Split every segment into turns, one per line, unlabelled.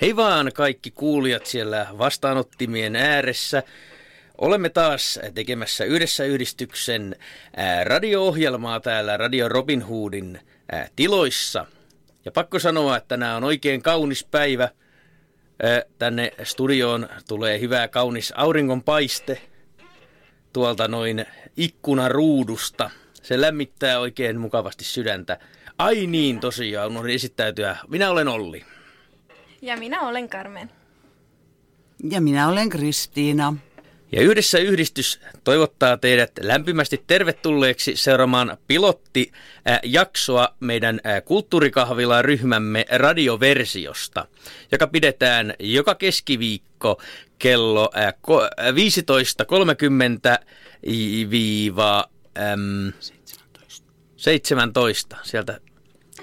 Hei vaan kaikki kuulijat siellä vastaanottimien ääressä. Olemme taas tekemässä yhdessä yhdistyksen ää, radio-ohjelmaa täällä Radio Robin Hoodin ää, tiloissa. Ja pakko sanoa, että tänään on oikein kaunis päivä. Ää, Tänne studioon tulee hyvä kaunis auringonpaiste tuolta noin ikkunaruudusta. Se lämmittää oikein mukavasti sydäntä. Ai niin, tosiaan, unohdin esittäytyä. Minä olen Olli.
Ja minä olen Carmen.
Ja minä olen Kristiina.
Ja yhdessä yhdistys toivottaa teidät lämpimästi tervetulleeksi seuraamaan pilottijaksoa meidän äh, ä, kulttuurikahvila ryhmämme radioversiosta, joka pidetään joka keskiviikko kello ä, ko- äh, ä, 15.30 i- viiva äm, 17. Sieltä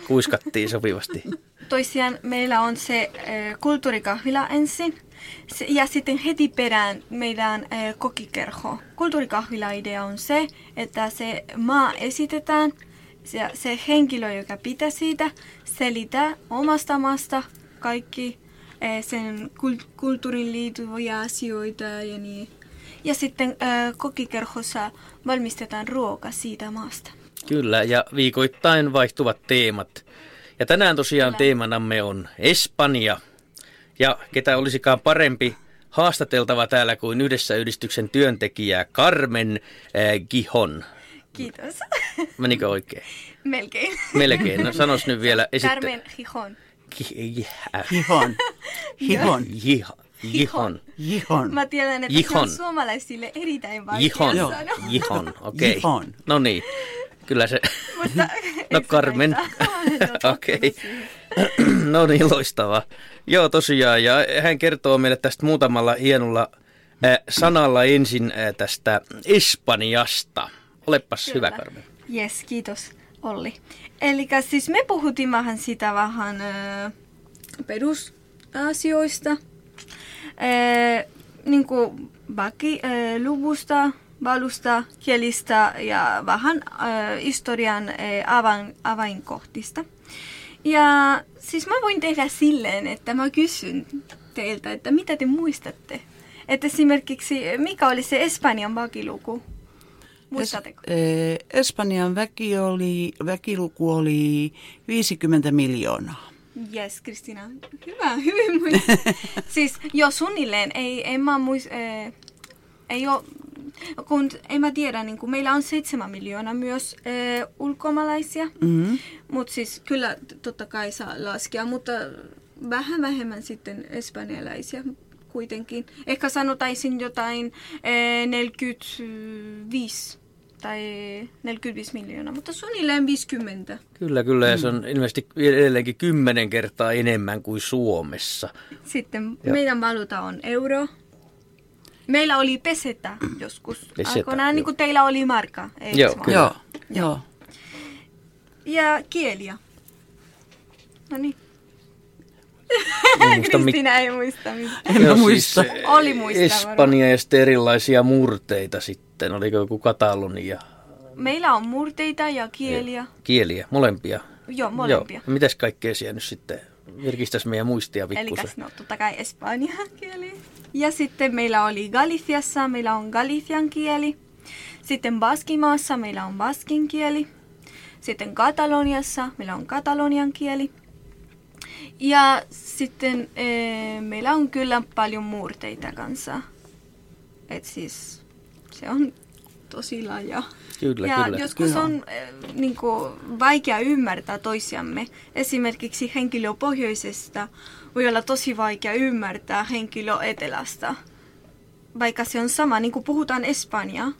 kuiskattiin sopivasti.
Toisiaan meillä on se äh, kulttuurikahvila ensin se- ja sitten heti perään meillä on äh, kokikerho. Kulttuurikahvila-idea on se, että se maa esitetään ja se henkilö, joka pitää siitä, selitää omasta maasta kaikki äh, sen kul- kulttuuriin liittyviä asioita ja niin. Ja sitten äh, kokikerhossa valmistetaan ruoka siitä maasta.
Kyllä, ja viikoittain vaihtuvat teemat. Ja tänään tosiaan
Kyllä.
teemanamme on Espanja. Ja ketä olisikaan parempi haastateltava täällä kuin yhdessä yhdistyksen työntekijää Carmen äh, Gihon.
Kiitos.
Menikö oikein?
Melkein.
Melkein. No sanos nyt vielä.
Carmen Gijón.
Gi- äh, gi-
Hihon. Hihon.
Jiha- Gihon.
Jihon.
Mä tiedän, että se
Gijón.
on suomalaisille erittäin vaikea
Gihon.
Joo.
sanoa.
Gihon. Okei.
Gihon.
No niin. Kyllä se...
Mutta
No Carmen. Okei. no niin, loistavaa. Joo, tosiaan. Ja hän kertoo meille tästä muutamalla hienolla äh, sanalla ensin äh, tästä Espanjasta. Olepas hyvä, Karmi.
Jes, kiitos Olli. Eli siis me puhuttiin vähän sitä vähän äh, perusasioista. Äh, niin kuin baki, äh, luvusta, valusta, kielistä ja vähän äh, historian äh, avain, avainkohtista. Ja siis mä voin tehdä silleen, että mä kysyn teiltä, että mitä te muistatte. Että esimerkiksi mikä oli se Espanjan bakiluku? Muistatteko?
Es, eh, Espanjan väki oli, väkiluku oli 50 miljoonaa.
Yes, Kristina. Hyvä, hyvin muistit. siis jo suunnilleen, ei, en mä muist, äh, ei oo, kun en mä tiedä, niin kun meillä on seitsemän miljoonaa myös äh, ulkomaalaisia,
Mm-hmm.
mutta siis kyllä t- totta kai saa laskea, mutta vähän vähemmän sitten espanjalaisia kuitenkin. Ehkä sanotaisin jotain äh, 45 tai 45 miljoonaa, mutta suunnilleen 50.
Kyllä, kyllä. Ja se
Mm.
on ilmeisesti edelleenkin kymmenen kertaa enemmän kuin Suomessa.
Sitten
Joo.
Joo. meidän valuuta on euro. Meillä oli peseta joskus
Peseta, joo.
aikoinaan, niin kuin teillä oli marka. eiks
Joo,
vaan?
Kyllä.
Joo, joo.
Ja kieliä. No niin.
En muista mit-
Kristiina ei muista mitään.
En
Joo,
mä muista.
Siis, eh,
Oli muista varmaan.
Espanja ja sitten erilaisia murteita sitten. Oliko joku katalonia?
Meillä on murteita ja kieliä.
Kieliä, molempia.
Joo, molempia.
Joo. No Mitäs kaikkea siellä nyt sitten? Virkistäisi meidän muistia
Eli
pikkusen.
no totta kai espanjan kieli. Ja sitten meillä oli Galiciassa, meillä on galician kieli. Sitten Baskimaassa meillä on baskin kieli. Sitten Kataloniassa meillä on katalonian kieli. Ja sitten ee, meillä on kyllä paljon murteita kanssa. Et siis se on tosi laaja.
Kyllä,
ja
kyllä.
joskus
Joo.
on äh, niin kuin, vaikea ymmärtää toisiamme. Esimerkiksi henkilö pohjoisesta voi olla tosi vaikea ymmärtää henkilö etelästä, vaikka se on sama, niin kuin puhutaan espanjaa.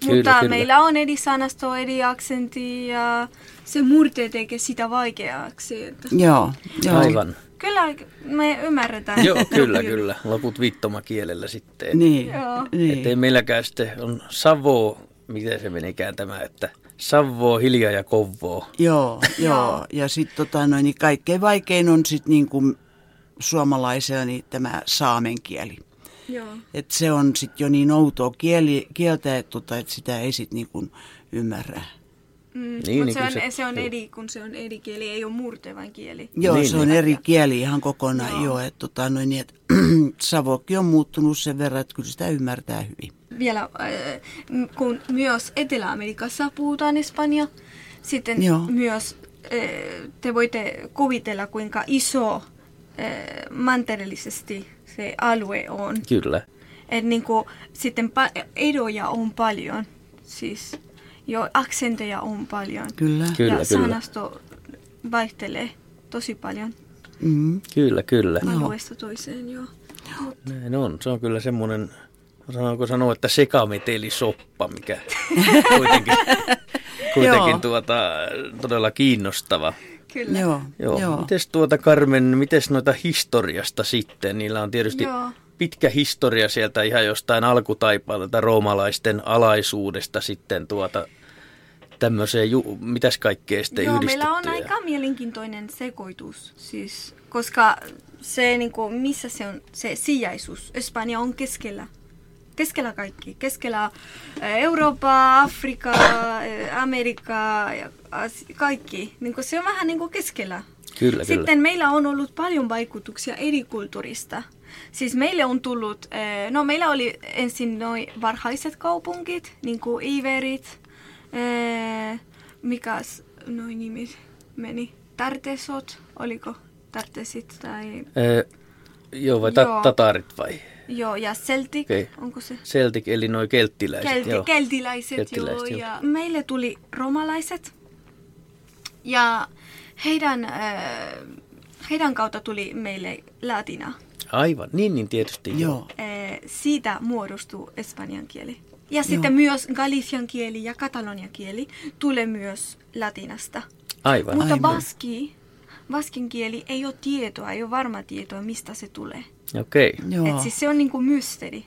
Kyllä,
Mutta
kyllä.
meillä on eri sanasto, eri aksentti ja se murte tekee sitä vaikeaksi. Että
Joo, joo.
Aivan.
kyllä me ymmärretään.
Joo, kyllä,
Joo.
kyllä. Loput viittomakielellä sitten.
Niin,
Joo.
Ettei
niin.
meilläkään sitten on Savo, miten se menikään tämä, että Savoo, hiljaa ja kovoo.
Joo,
Joo.
joo. Ja sitten tota, noin, niin kaikkein vaikein on sitten niin kuin suomalaisella niin tämä saamen kieli.
Joo.
Et se on sitten jo niin outoa kieli, kieltä, että tota, et sitä ei sitten niin ymmärrä.
Mm,
Niin,
mut
niin
se,
kyllä
on,
se-
se, on
joo.
eri, kun se on eri kieli, ei ole murtevan kieli.
Joo,
Niin,
niin, se on
niin.
eri kieli ihan kokonaan.
Joo.
Joo, joo että tota, noin, niin, että Savokki on muuttunut sen verran, että kyllä sitä ymmärtää hyvin.
Vielä, äh, m- kun myös Etelä-Amerikassa puhutaan Espanja, sitten
Joo.
myös äh, te voitte kuvitella, kuinka iso äh, mantereellisesti se alue on.
Kyllä.
Et niinku, sitten pa- eroja on paljon, siis jo aksenteja on paljon.
Kyllä.
Ky- Kyllä,
ja
kyllä.
sanasto vaihtelee tosi paljon
Mm.
Kyllä, kyllä.
alueesta toiseen, joo.
Näin on. Se on kyllä semmoinen, sanoinko sanoa, että sekametelisoppa, mikä kuitenkin,
Joo.
kuitenkin tuota, todella kiinnostava.
Kyllä.
Joo,
Joo. Joo.
joo.
Mites tuota Carmen, mites noita historiasta sitten? Niillä on tietysti
Joo.
Joo. pitkä historia sieltä ihan jostain alkutaipaleelta roomalaisten alaisuudesta sitten tuota tämmöiseen, ju- mitäs kaikkea sitten
Joo, meillä on
yhdistetty ja-
aika mielenkiintoinen sekoitus, siis, koska se, niin kuin, missä se on se sijaisuus. Espanja on keskellä. Keskellä kaikki. Keskellä eh, Eurooppaa, Afrikaa, eh, Amerikaa ja Asi- kaikki. Niin kuin, se on vähän niin kuin keskellä.
Kyllä,
Sitten
kyllä.
meillä on ollut paljon vaikutuksia eri kulttuurista. Siis meille on tullut, eh, no meillä oli ensin noin varhaiset kaupunkit, niin kuin Iverit, eh, mikäs noin nimi meni, Tartesot, oliko Tartesit tai,
Öö, joo, vai ta-
Joo.
tatarit vai?
joo, ja Celtic,
Okei.
onko se?
Celtic, eli noi kelttiläiset.
Kelti,
joo.
keltiläiset,
Keltiläiset,
joo,
joo.
ja meille tuli romalaiset ja heidän, eh, heidän kautta tuli meille latina.
Aivan, niin, niin tietysti.
Joo.
Eh, siitä muodostuu espanjan kieli. Ja sitten myös galician kieli ja katalonian kieli tulee myös latinasta.
Aivan.
Mutta
Aivan.
baski, baskin kieli ei ole tietoa, ei ole varma tietoa, mistä se tulee.
Okei.
Joo.
Et siis se on niinku mysteeri.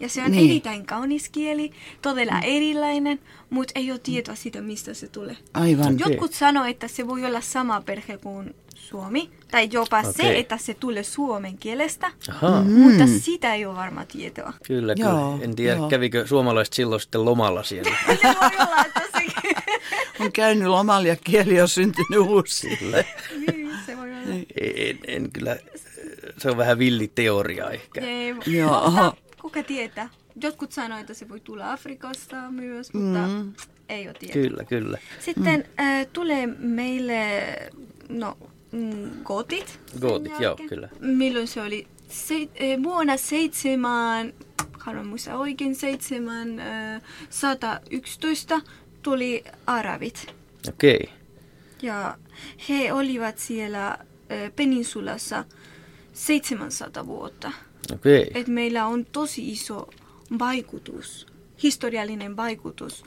Ja se on
Niin.
erittäin kaunis kieli, todella erilainen, mutta ei ole tietoa siitä, mistä se tulee.
Aivan.
Okei.
Jotkut sanoo, että se voi olla sama perhe kuin suomi, tai jopa se,
Okei.
että se tulee suomen kielestä,
Ahaa.
mm. mutta sitä ei ole varma tietoa.
Kyllä, kyllä.
Joo,
en tiedä,
joo.
kävikö suomalaiset silloin sitten lomalla siellä.
Se voi olla, että sekin.
On käynyt lomalla ja kieli on syntynyt uusi.
Kyllä.
niin, se voi olla.
en, en kyllä, se on vähän villi teoria ehkä.
Ei,
Joo.
mutta kuka tietää? Jotkut sanoivat, että se voi tulla Afrikasta myös, mutta mm. ei ole tietoa.
Kyllä, kyllä.
Sitten
Mm.
äh, tulee meille no, mm, gotit. sen
Gotit, joo,
jälkeen.
kyllä.
Milloin se oli? Se, äh, vuonna seitsemän, haluan muistaa oikein, seitsemän, äh, 111 tuli arabit.
Okei.
Ja he olivat siellä äh, peninsulassa 700 vuotta.
Okei.
Et meillä on tosi iso vaikutus, historiallinen vaikutus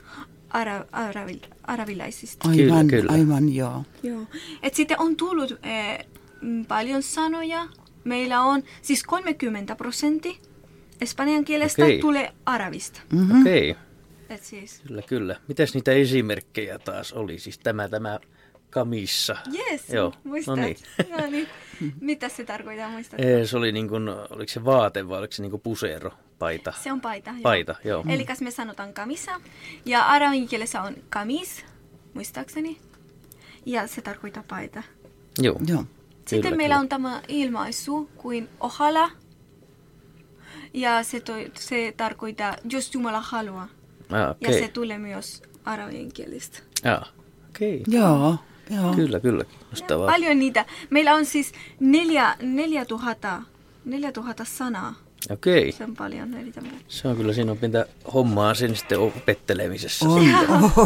ara- arabi- arabilaisista.
Aivan,
Kyllä, kyllä.
aivan joo.
Joo. Et sitten on tullut eh, mm, paljon sanoja. Meillä on siis 30 prosentti espanjan kielestä
Okei.
tulee arabista.
Okei.
Et siis,
Kyllä, kyllä. Mitäs niitä esimerkkejä taas oli? Siis tämä, tämä kamissa.
yes,
Joo,
muistat.
no niin.
No niin. Mitä se tarkoittaa, muistat?
Ee, Se oli niin kuin, oliko se vaate vai oliko se niin kuin pusero, paita?
Se on paita. joo.
Paita, joo.
Eli me sanotaan kamisa. Ja arabin kielessä on kamis, muistaakseni. Ja se tarkoittaa paita.
Joo.
joo.
Sitten
Kyllä,
meillä
kyllä.
on tämä ilmaisu kuin ohalla. Ja se, toi, se tarkoittaa, jos Jumala haluaa.
Ah,
Ja
okei.
se tulee myös arabin kielestä.
Ah, okei.
Joo, joo.
Kyllä, kyllä. Kiinnostavaa.
Paljon niitä. Meillä on siis neljä, neljä, tuhatta, neljä tuhatta sanaa.
Okei.
Se on paljon. erittäin paljon.
Se on kyllä, siinä on pinta hommaa sen sitten opettelemisessa.
On,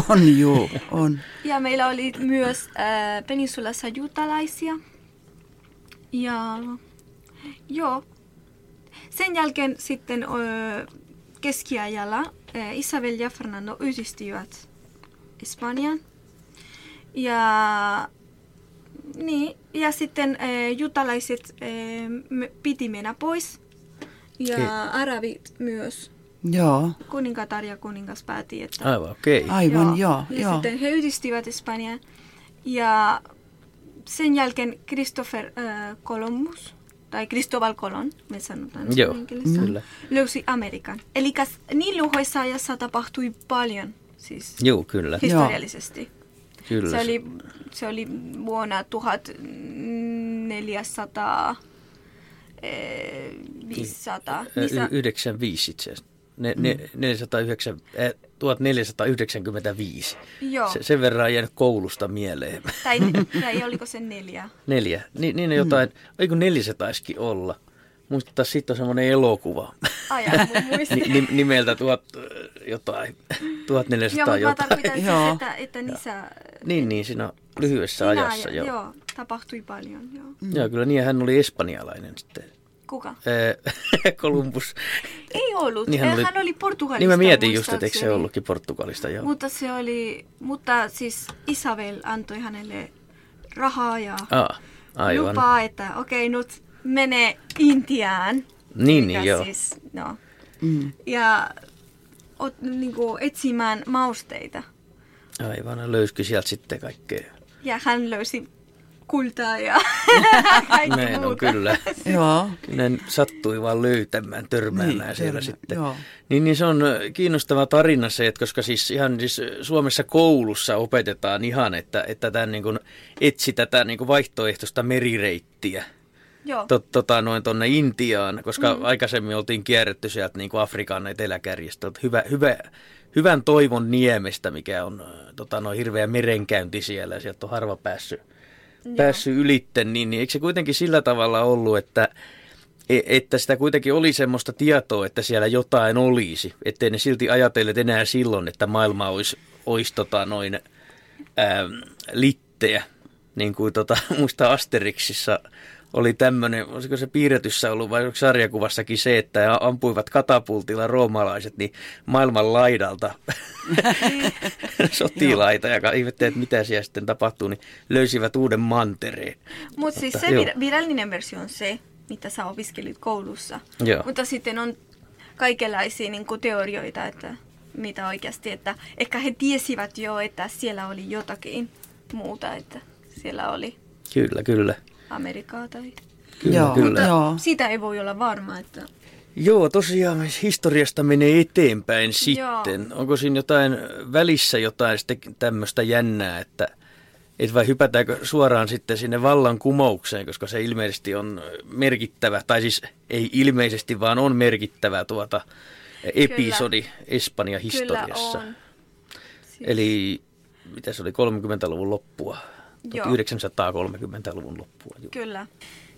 on, joo, on.
Ja meillä oli myös äh, peninsulassa juutalaisia. Ja joo. Sen jälkeen sitten äh, keskiajalla äh, Isabel ja Fernando yhdistyivät Espanjaan. Ja, niin, ja sitten äh, juutalaiset äh, m- piti mennä pois. Ja
Okei.
arabit myös.
Joo,
Kuningatar ja kuningas päätti, että
Aivan, okei. Okay.
aivan joo,
ja
joo.
sitten he yhdistivät Espanjaan. Ja sen jälkeen Christopher äh, Columbus, tai Cristobal Colon, me sanotaan
Joo,
suomenkielessä,
kyllä.
löysi Amerikan. Eli niin lyhyessä ajassa tapahtui paljon, siis
Joo, kyllä.
Joo.
historiallisesti.
Kyllä
se,
se-
oli, se oli vuonna 1400 eh, 500.
Niissä...
Niissä-
95 itse asiassa. Ne,
Mm.
ne, 409, äh, 1495.
Joo.
Se, sen verran on jäänyt koulusta mieleen.
Tai, tai oliko se neljä?
Neljä. Ni, niin on jotain, mm. ei kun neljä se taisikin olla. Muistaa, siitä on semmoinen elokuva
Aja, muistin.
ni, ni, nimeltä tuhat, äh, jotain, 1400
Joo, mutta
jotain.
mä tarkoitan siis,
Joo.
että, että niissä,
Niin, niin siinä lyhyessä
sinä
ajassa.
ja,
Joo. Joo.
joo, tapahtui paljon. Joo.
joo, kyllä niin ja hän oli espanjalainen sitten.
Kuka?
Äh, Kolumbus.
Ei ollut.
Niin
Niin
hän
hän,
oli-
oli Portugalista.
Niin mä mietin just, että eikö se
muistaakseni.
ollutkin Portugalista. Joo.
Mutta se oli, mutta siis Isabel antoi hänelle rahaa ja
Ah, aivan.
lupaa, että okei, nyt mene Intiaan.
Niin, niin
Mikä
joo.
Siis, no.
Mm.
Ja ot, niin kuin, etsimään mausteita.
Aivan, löysikö sieltä sitten kaikkea?
Ja hän löysi kultaa ja kaikki
Näin on
muuta.
kyllä.
Joo.
Ne sattui vaan löytämään, törmäämään niin,
Niin,
siellä
törmä-
sitten.
joo.
Niin, niin se on ö, kiinnostava tarina se, että koska siis ihan siis ö, Suomessa koulussa opetetaan ihan, että, että tämän niin kuin etsi tätä niin kuin vaihtoehtoista merireittiä
Joo.
tot, tota, noin tuonne Intiaan, koska mm. aikaisemmin oltiin kierretty sieltä niin kuin Afrikan eteläkärjestä. Että Hyvä, hyvä, hyvän toivon niemestä, mikä on ö, tota, noin hirveä merenkäynti siellä ja sieltä on harva päässyt päässyt ylitte, niin, niin eikö se kuitenkin sillä tavalla ollut, että, e- että sitä kuitenkin oli semmoista tietoa, että siellä jotain olisi, ettei ne silti ajatelleet enää silloin, että maailma olisi, olisi tota noin ähm, litteä, niin kuin tota, muista Asterixissa oli tämmöinen, olisiko se piirretyssä ollut vai oliko sarjakuvassakin se, että ampuivat katapultilla roomalaiset niin maailman laidalta sotilaita ja ka- ihmettelivät, että mitä siellä sitten tapahtuu, niin löysivät uuden mantereen.
Mutta siis se
Joo.
vir- virallinen versio on se, mitä sä opiskelit koulussa.
Joo.
Mutta sitten on kaikenlaisia niin kuin teorioita, että mitä oikeasti, että ehkä he tiesivät jo, että siellä oli jotakin muuta, että siellä oli
Kyllä, kyllä.
Amerikaa tai...
Kyllä,
Joo.
kyllä.
Joo.
Sitä ei voi olla varma, että...
Joo, tosiaan historiasta menee eteenpäin sitten. Joo. Onko siinä jotain välissä jotain sitten tämmöistä jännää, että et vai hypätäänkö suoraan sitten sinne vallankumoukseen, koska se ilmeisesti on merkittävä, tai siis ei ilmeisesti, vaan on merkittävä tuota episodi Espanjan historiassa.
Kyllä on. Siis,
Eli mitä se oli, 30-luvun loppua,
Joo.
1930-luvun loppua. Joo.
Kyllä.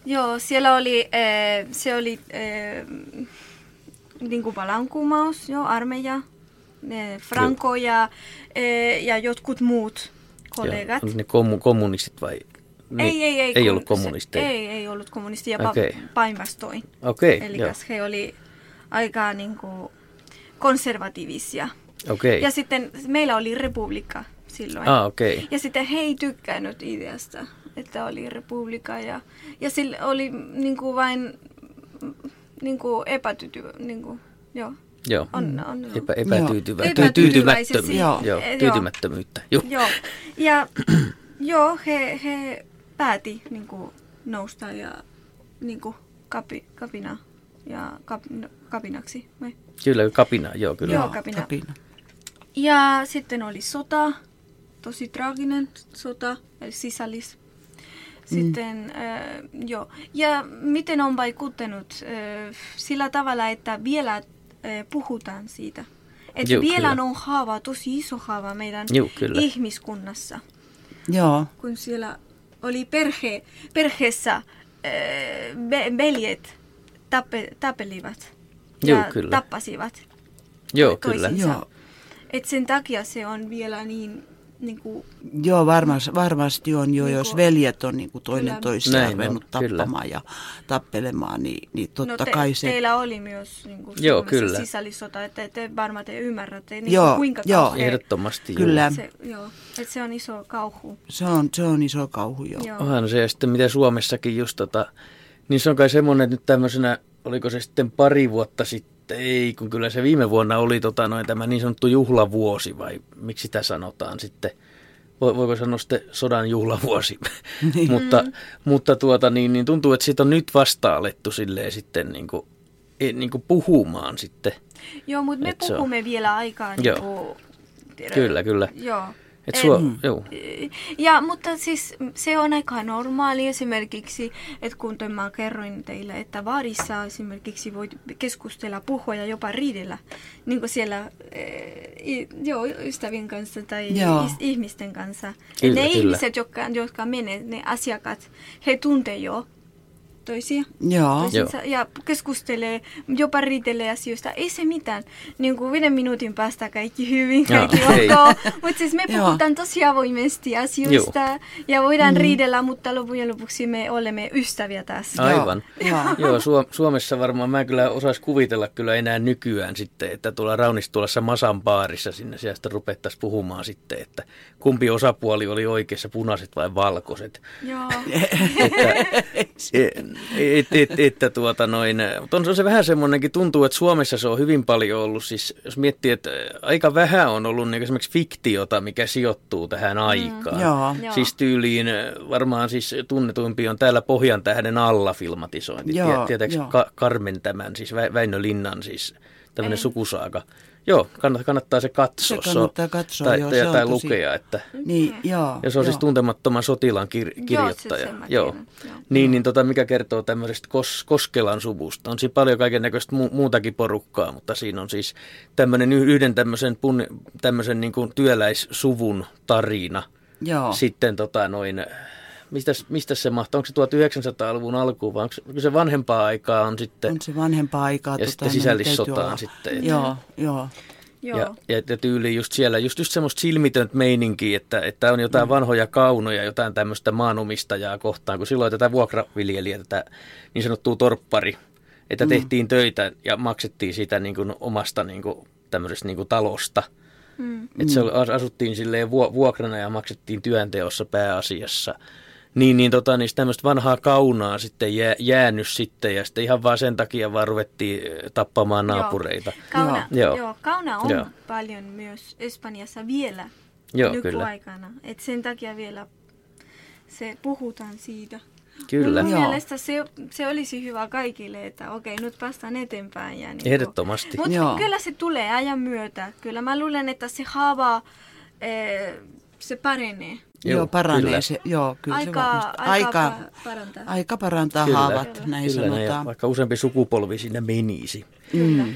Joo, siellä oli, eh, se oli eh, niin kuin vallankumous, joo, armeija, eh, Franco ja, eh, ja jotkut muut kollegat.
Ja, ne kommu- kommunistit vai? Ne-
ei, ei, ei.
Ei
kun
ollut kommunisteja.
Se, ei, ei ollut kommunisteja, vaan
Okei.
päinvastoin.
Okei,
Eli
joo.
he oli aika niin kuin, konservatiivisia.
Okei.
Ja sitten meillä oli republika silloin.
Ah, okei.
Ja sitten he ei tykkäänyt ideasta, että oli republika. Ja, ja sillä oli niin kuin vain niin kuin epätyty... Niin kuin, joo.
Joo. Mm.
On, on, joo.
Hmm. Epä, epätyytyvä,
Joo.
tyy, tyytymättömyyttä.
Epätyytyväisyys.
Joo.
Joo.
Joo.
Joo.
Tyytymättömyyttä. Joo.
Joo. Ja joo, he, he pääti niin kuin, nousta ja niin kuin, kapi, kapina ja kap, kapinaksi. Vai?
Kyllä, kapina. Joo, kyllä.
Joo, kapina.
Kapina.
Ja sitten oli sota, tosi traaginen sota, eli sisällis.
Mm.
Sitten, äh, joo. Ja miten on vaikuttanut äh, sillä tavalla, että vielä äh, puhutaan siitä. Että
Joo,
vielä
kyllä.
on haava, tosi iso haava meidän
Joo, kyllä.
ihmiskunnassa.
Joo.
kun siellä oli perhe, perheessä ee, ve- veljet tappe, tapelivat ja
Joo, kyllä.
tappasivat.
Joo, kyllä.
toisin.
Joo.
Et sen takia se on vielä niin, niin kuin,
Joo, varmas, varmasti on jo,
Niin
jos
kuin-
veljet on niin kuin
Kyllä.
toinen
Näin
toisiaan
on,
ruvennut
kyllä.
tappamaan ja tappelemaan, niin, niin totta
no te,
kai se...
teillä oli myös niin kuin,
Joo,
Suomessa
kyllä.
sisällissota, että te varmaan te ymmärrätte, niin
Joo,
kuin, kuinka
joo.
kauhea
Ehdottomasti.
Kyllä.
se, joo, et se on iso kauhu.
Se on, se on iso kauhu, joo.
Joo.
Joo. Onhan se ja sitten mitä Suomessakin just tota, niin se on kai semmoinen, että nyt tämmöisenä, oliko se sitten pari vuotta sitten, ei, kun kyllä se viime vuonna oli tota, noin, tämä niin sanottu juhlavuosi, vai miksi sitä sanotaan sitten, Vo- voiko sanoa sitten sodan juhlavuosi, mutta, mutta tuota, niin, niin tuntuu, että siitä on nyt vasta alettu silleen sitten niin kuin, e- niin kuin puhumaan sitten.
Joo, mutta me
Et se on.
puhumme vielä aikaa. Niin
Joo.
kuin,
Kyllä, kyllä.
Joo.
Et sua, mm. joo.
Ja, mutta siis se on aika normaali esimerkiksi, että kun mä kerroin teille, että vaarissa esimerkiksi voi keskustella, puhua ja jopa riidellä, niin kuin siellä eh, joo, ystävien kanssa tai
Joo.
joo. ihmisten kanssa.
Kyllä,
Kyllä, ne
kyllä.
ihmiset, jotka, jotka menee, ne asiakkaat, he tuntee jo toisia
Joo.
toisinsa ja keskustelee, jopa riitelee asioista. Ei se mitään. Niin kuin viiden minuutin päästä kaikki hyvin,
Joo,
kaikki
ei.
ok. Mutta siis me
Joo.
puhutaan tosi avoimesti asioista ja voidaan riidellä, mutta loppujen lopuksi me olemme ystäviä taas.
Ah.
Ai. Aivan.
Joo. Joo.
Joo, Suom- Suomessa varmaan mä kyllä osais kuvitella kyllä enää nykyään sitten, että tuolla Raunistulassa Masan baarissa sinne sieltä rupettaisiin puhumaan sitten, että kumpi osapuoli oli oikeassa, punaiset vai valkoiset.
Joo.
Että et, et, että tuota noin, mutta on se vähän semmoinenkin, tuntuu, että Suomessa se on hyvin paljon ollut, siis jos miettii, että aika vähän on ollut niin esimerkiksi fiktiota, mikä sijoittuu tähän aikaan.
Joo.
Joo.
Siis tyyliin varmaan siis tunnetuimpi on täällä Pohjan tähden alla filmatisointi.
Joo,
Joo, Tietääks
joo.
Ka- Carmen tämän, siis Vä- Väinö Linnan siis tämmöinen sukusaaka. Joo, kannattaa, kannattaa se katsoa.
Se kannattaa katsoa,
tai,
joo,
tai,
se on
tai
tosi-
lukea, että...
Niin, joo.
Ja se on
joo.
siis tuntemattoman sotilaan kir- kirjoittaja.
sen mä tiedän, joo.
Niin, niin tota, mikä kertoo tämmöisestä Kos- Koskelan suvusta. On siinä paljon kaiken näköistä mu- muutakin porukkaa, mutta siinä on siis tämmöinen y- yhden tämmöisen, pun- tämmöisen niin kuin työläissuvun tarina.
Joo.
Sitten tota noin, mistä, mistä se mahtaa? Onko se 1900-luvun alkuun vai onko se- kyllä se vanhempaa aikaa on sitten?
On se vanhempaa aikaa.
Ja sitten
niin
sisällissotaan
täytyy olla.
sitten, että-
Joo, joo.
Joo.
Ja, ja, ja tyyli just siellä, just, just semmoista silmitöntä meininkiä, että, että on jotain mm. vanhoja kaunoja, jotain tämmöistä maanomistajaa kohtaan, kun silloin tätä vuokraviljelijä, tätä niin sanottua torppari, että mm. tehtiin töitä ja maksettiin siitä niin kuin omasta niin kuin, tämmöisestä niin kuin talosta. Mm. Että se oli, as- asuttiin silleen vuo- vuokrana ja maksettiin työnteossa pääasiassa. Niin, niin, tota, niin tämmöistä vanhaa kaunaa sitten jää, jäänyt sitten ja sitten ihan vaan sen takia vaan ruvettiin ö, tappamaan
Joo.
naapureita.
Kauna,
Joo.
joo. Joo, kauna on
Joo.
joo. paljon myös Espanjassa vielä
Joo, kyllä.
nykyaikana. Et sen takia vielä se puhutaan siitä.
Kyllä.
Mun
Joo.
mielestä se, se olisi hyvä kaikille, että okei, nyt päästään eteenpäin. Ja niin
Ehdottomasti.
Joo.
Mutta kyllä se tulee ajan myötä. Kyllä mä luulen, että se haava, eh, se parenee.
Joo,
Joo, joo paranee
kyllä.
kyllä. se. Joo, kyllä se
Aika,
varmasti.
aika, aika parantaa.
aika parantaa
Kyllä.
haavat, näin
Kyllä, näin, ja
sanotaan.
vaikka useampi sukupolvi sinne menisi.
Kyllä.
mm.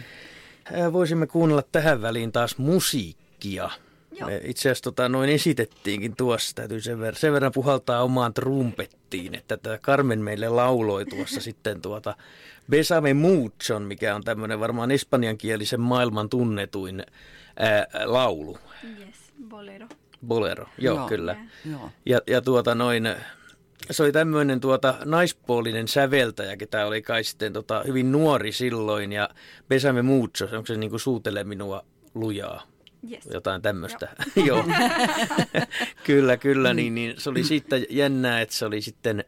Ää, Voisimme kuunnella tähän väliin taas musiikkia.
Joo.
Me Itse asiassa tota, noin esitettiinkin tuossa, täytyy sen verran, sen verran puhaltaa omaan trumpettiin, että tämä Carmen meille lauloi tuossa sitten tuota Besame Muchon, mikä on tämmöinen varmaan espanjankielisen maailman tunnetuin ää, laulu,
Yes, bolero.
bolero, joo, joo.
Joo.
kyllä.
Joo.
Ja, ja tuota noin, se oli tämmöinen tuota, naispuolinen säveltäjä, ketä oli kai sitten tota, hyvin nuori silloin. Ja Pesämme Muutso, onko se niinku suutele minua lujaa?
Yes.
Jotain tämmöistä. Joo. kyllä, kyllä. Niin, niin, se oli siitä jännää, että se oli sitten,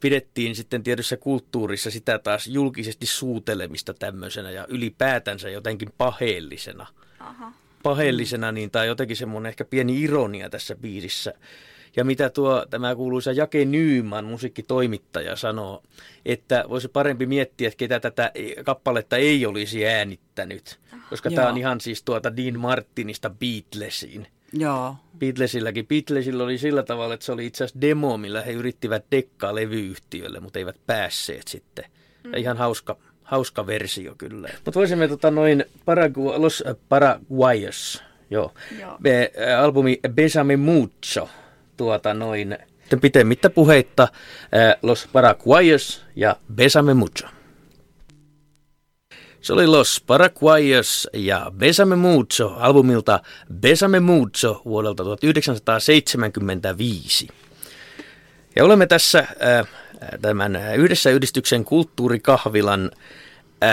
pidettiin sitten tietyssä kulttuurissa sitä taas julkisesti suutelemista tämmöisenä ja ylipäätänsä jotenkin paheellisena
Aha.
paheellisena, niin tämä on jotenkin semmoinen ehkä pieni ironia tässä biisissä. Ja mitä tuo tämä kuuluisa Jake Nyyman, musiikkitoimittaja, sanoo, että voisi parempi miettiä, että ketä tätä kappaletta ei olisi äänittänyt. Koska tämä
Joo.
on ihan siis tuota Dean Martinista Beatlesiin.
Joo.
Beatlesilläkin. Beatlesilla oli sillä tavalla, että se oli itse asiassa demo, millä he yrittivät dekkaa levyyhtiölle, mutta eivät päässeet sitten. Ja ihan hauska, hauska versio kyllä. Mutta voisimme tota noin Paragu- Los Paraguayos, joo.
Joo.
Be, ä, albumi Besame Mucho, tuota noin. Sitten Pitemmittä puheitta ä, Los Paraguayos ja Besame Mucho. Se oli Los Paraguayos ja Besame Mucho albumilta Besame Mucho vuodelta 1975. Ja olemme tässä äh, tämän yhdessä yhdistyksen kulttuurikahvilan äh,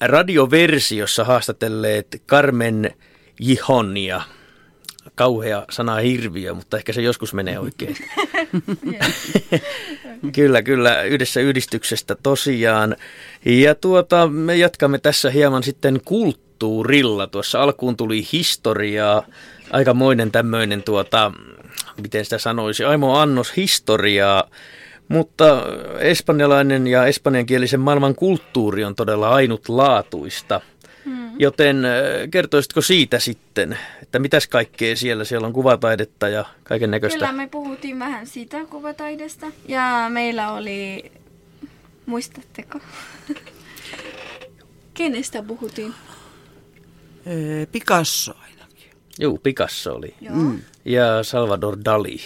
radioversiossa haastatelleet Carmen Jihonia. Kauhea sana hirviö, mutta ehkä se joskus menee oikein. Mm. Kyllä, kyllä. Yhdessä yhdistyksestä tosiaan. Ja tuota, me jatkamme tässä hieman sitten kulttuurilla. Tuossa alkuun tuli historiaa. Aikamoinen tämmöinen tuota, miten sitä sanoisi, Aimo Annos historiaa. Mutta espanjalainen ja espanjankielisen maailman kulttuuri on todella ainutlaatuista. Joten äh, kertoisitko siitä sitten, että mitäs kaikkea siellä, siellä on kuvataidetta ja kaiken näköistä?
Kyllä me puhuttiin vähän siitä kuvataidesta. Ja meillä oli, muistatteko? Kenestä puhuttiin?
Öö, Picasso ainakin.
Joo, Picasso oli.
Joo. Mm.
Ja Salvador Dali.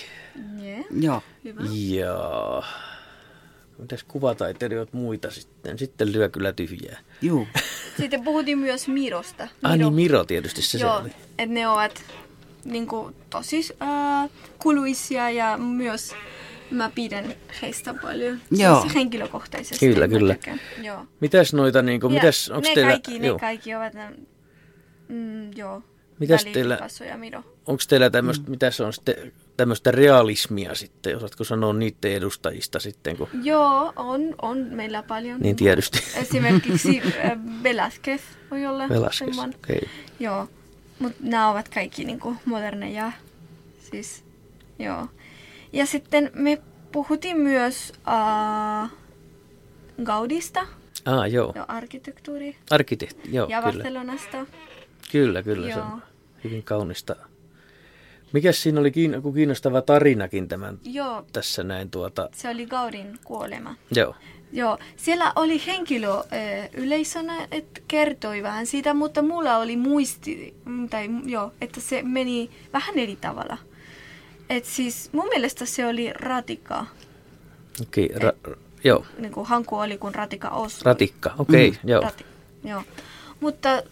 Yeah.
Joo.
Hyvä.
Ja mitäs kuvataiteilijoita muita sitten? Sitten lyö kyllä tyhjää.
Juu.
Sitten puhuttiin myös Mirosta.
Ah niin, Miro tietysti se, se
Joo,
oli.
että ne ovat niinku, tosi äh, kuluisia ja myös mä pidän heistä paljon.
Joo.
Siis henkilökohtaisesti.
Kyllä,
mä
kyllä.
tykkään. Joo.
Mitäs noita, niin kuin,
Ja
mitäs, onko
ne
teillä,
kaikki, ne
joo,
kaikki ovat, ähm, mm, joo.
Mitäs
Dali,
teillä-
Picasso ja Miro.
onko teillä tämmöistä, mm. mitäs on sitten, tämmöistä realismia sitten, osaatko sanoa niiden edustajista sitten, kun,
Joo, on, on meillä paljon.
niin tietysti,
Esimerkiksi äh, Velázquez voi olla.
Velaskes,
semmoinen.
okei. Okay.
Joo, mutta nämä ovat kaikki niinku moderneja. Siis, joo. Ja sitten me puhuttiin myös äh, Gaudista,
Ah, joo.
joo, arkkitehtuuri,
Arkkitehti, joo,
ja
kyllä.
Barcelonasta.
Kyllä, kyllä se on
Joo.
hyvin kaunista. Mikäs siinä oli kiin- kun kiinnostava tarinakin tämän
Joo,
tässä näin tuota,
se oli Gaudin kuolema.
joo.
Joo, siellä oli henkilö ö, yleisönä, että kertoi vähän siitä, mutta mulla oli muisti, mm, tai mm, joo, että se meni vähän eri tavalla. Et siis mun mielestä se oli ratika,
Okei, ra- joo,
niin kuin hanku oli, kun ratika osui.
ratikka, okei, okay, joo.
Rati- joo. Mutta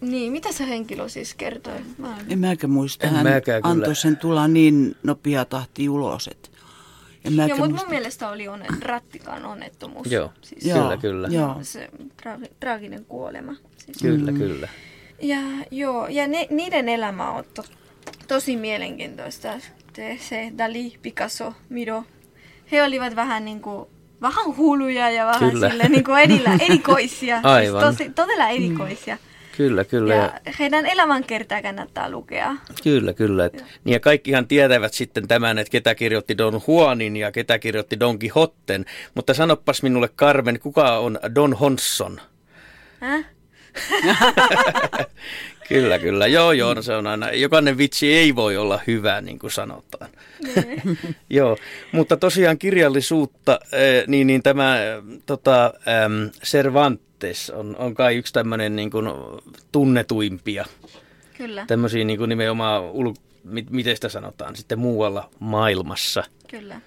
niin, mitä se henkilö siis kertoi? Mä en...
En mäkään muista.
En
Hän
mäkään kyllä.
antoi sen tulla niin nopea tahti ulos. Et. En
Joo,
mäkään
mutta mun
muista.
mielestä oli onet, rattikan onnettomuus.
Joo,
Siis
Joo,
kyllä, kyllä,
Joo.
Se tra- traaginen kuolema. Siis.
kyllä, kyllä.
Ja joo, ja ne, niiden elämä on to, tosi mielenkiintoista. Se, se Dali, Picasso, Miro, he olivat vähän niin kuin, vähän hulluja ja vähän
Kyllä.
sille niin kuin edillä, erikoisia.
Aivan.
Siis tosi, todella erikoisia.
Kyllä, kyllä.
Ja heidän elämänkertaa kannattaa lukea.
Kyllä, kyllä. Et, niin ja kaikkihan tietävät sitten tämän, että ketä kirjoitti Don Juanin ja ketä kirjoitti Don Quixoten. Mutta sanoppas minulle, Carmen, kuka on Don Honson?
Äh?
Kyllä, kyllä. Joo, joo, no se on aina, jokainen vitsi ei voi olla hyvä, niin kuin sanotaan. joo, mutta tosiaan kirjallisuutta, eh, niin, niin tämä eh, tota, äm, Cervantes on, on kai yksi tämmöinen niin kuin tunnetuimpia
Kyllä,
tämmöisiä niin kuin nimenomaan, ul, mit, miten sitä sanotaan, sitten muualla maailmassa.
kyllä.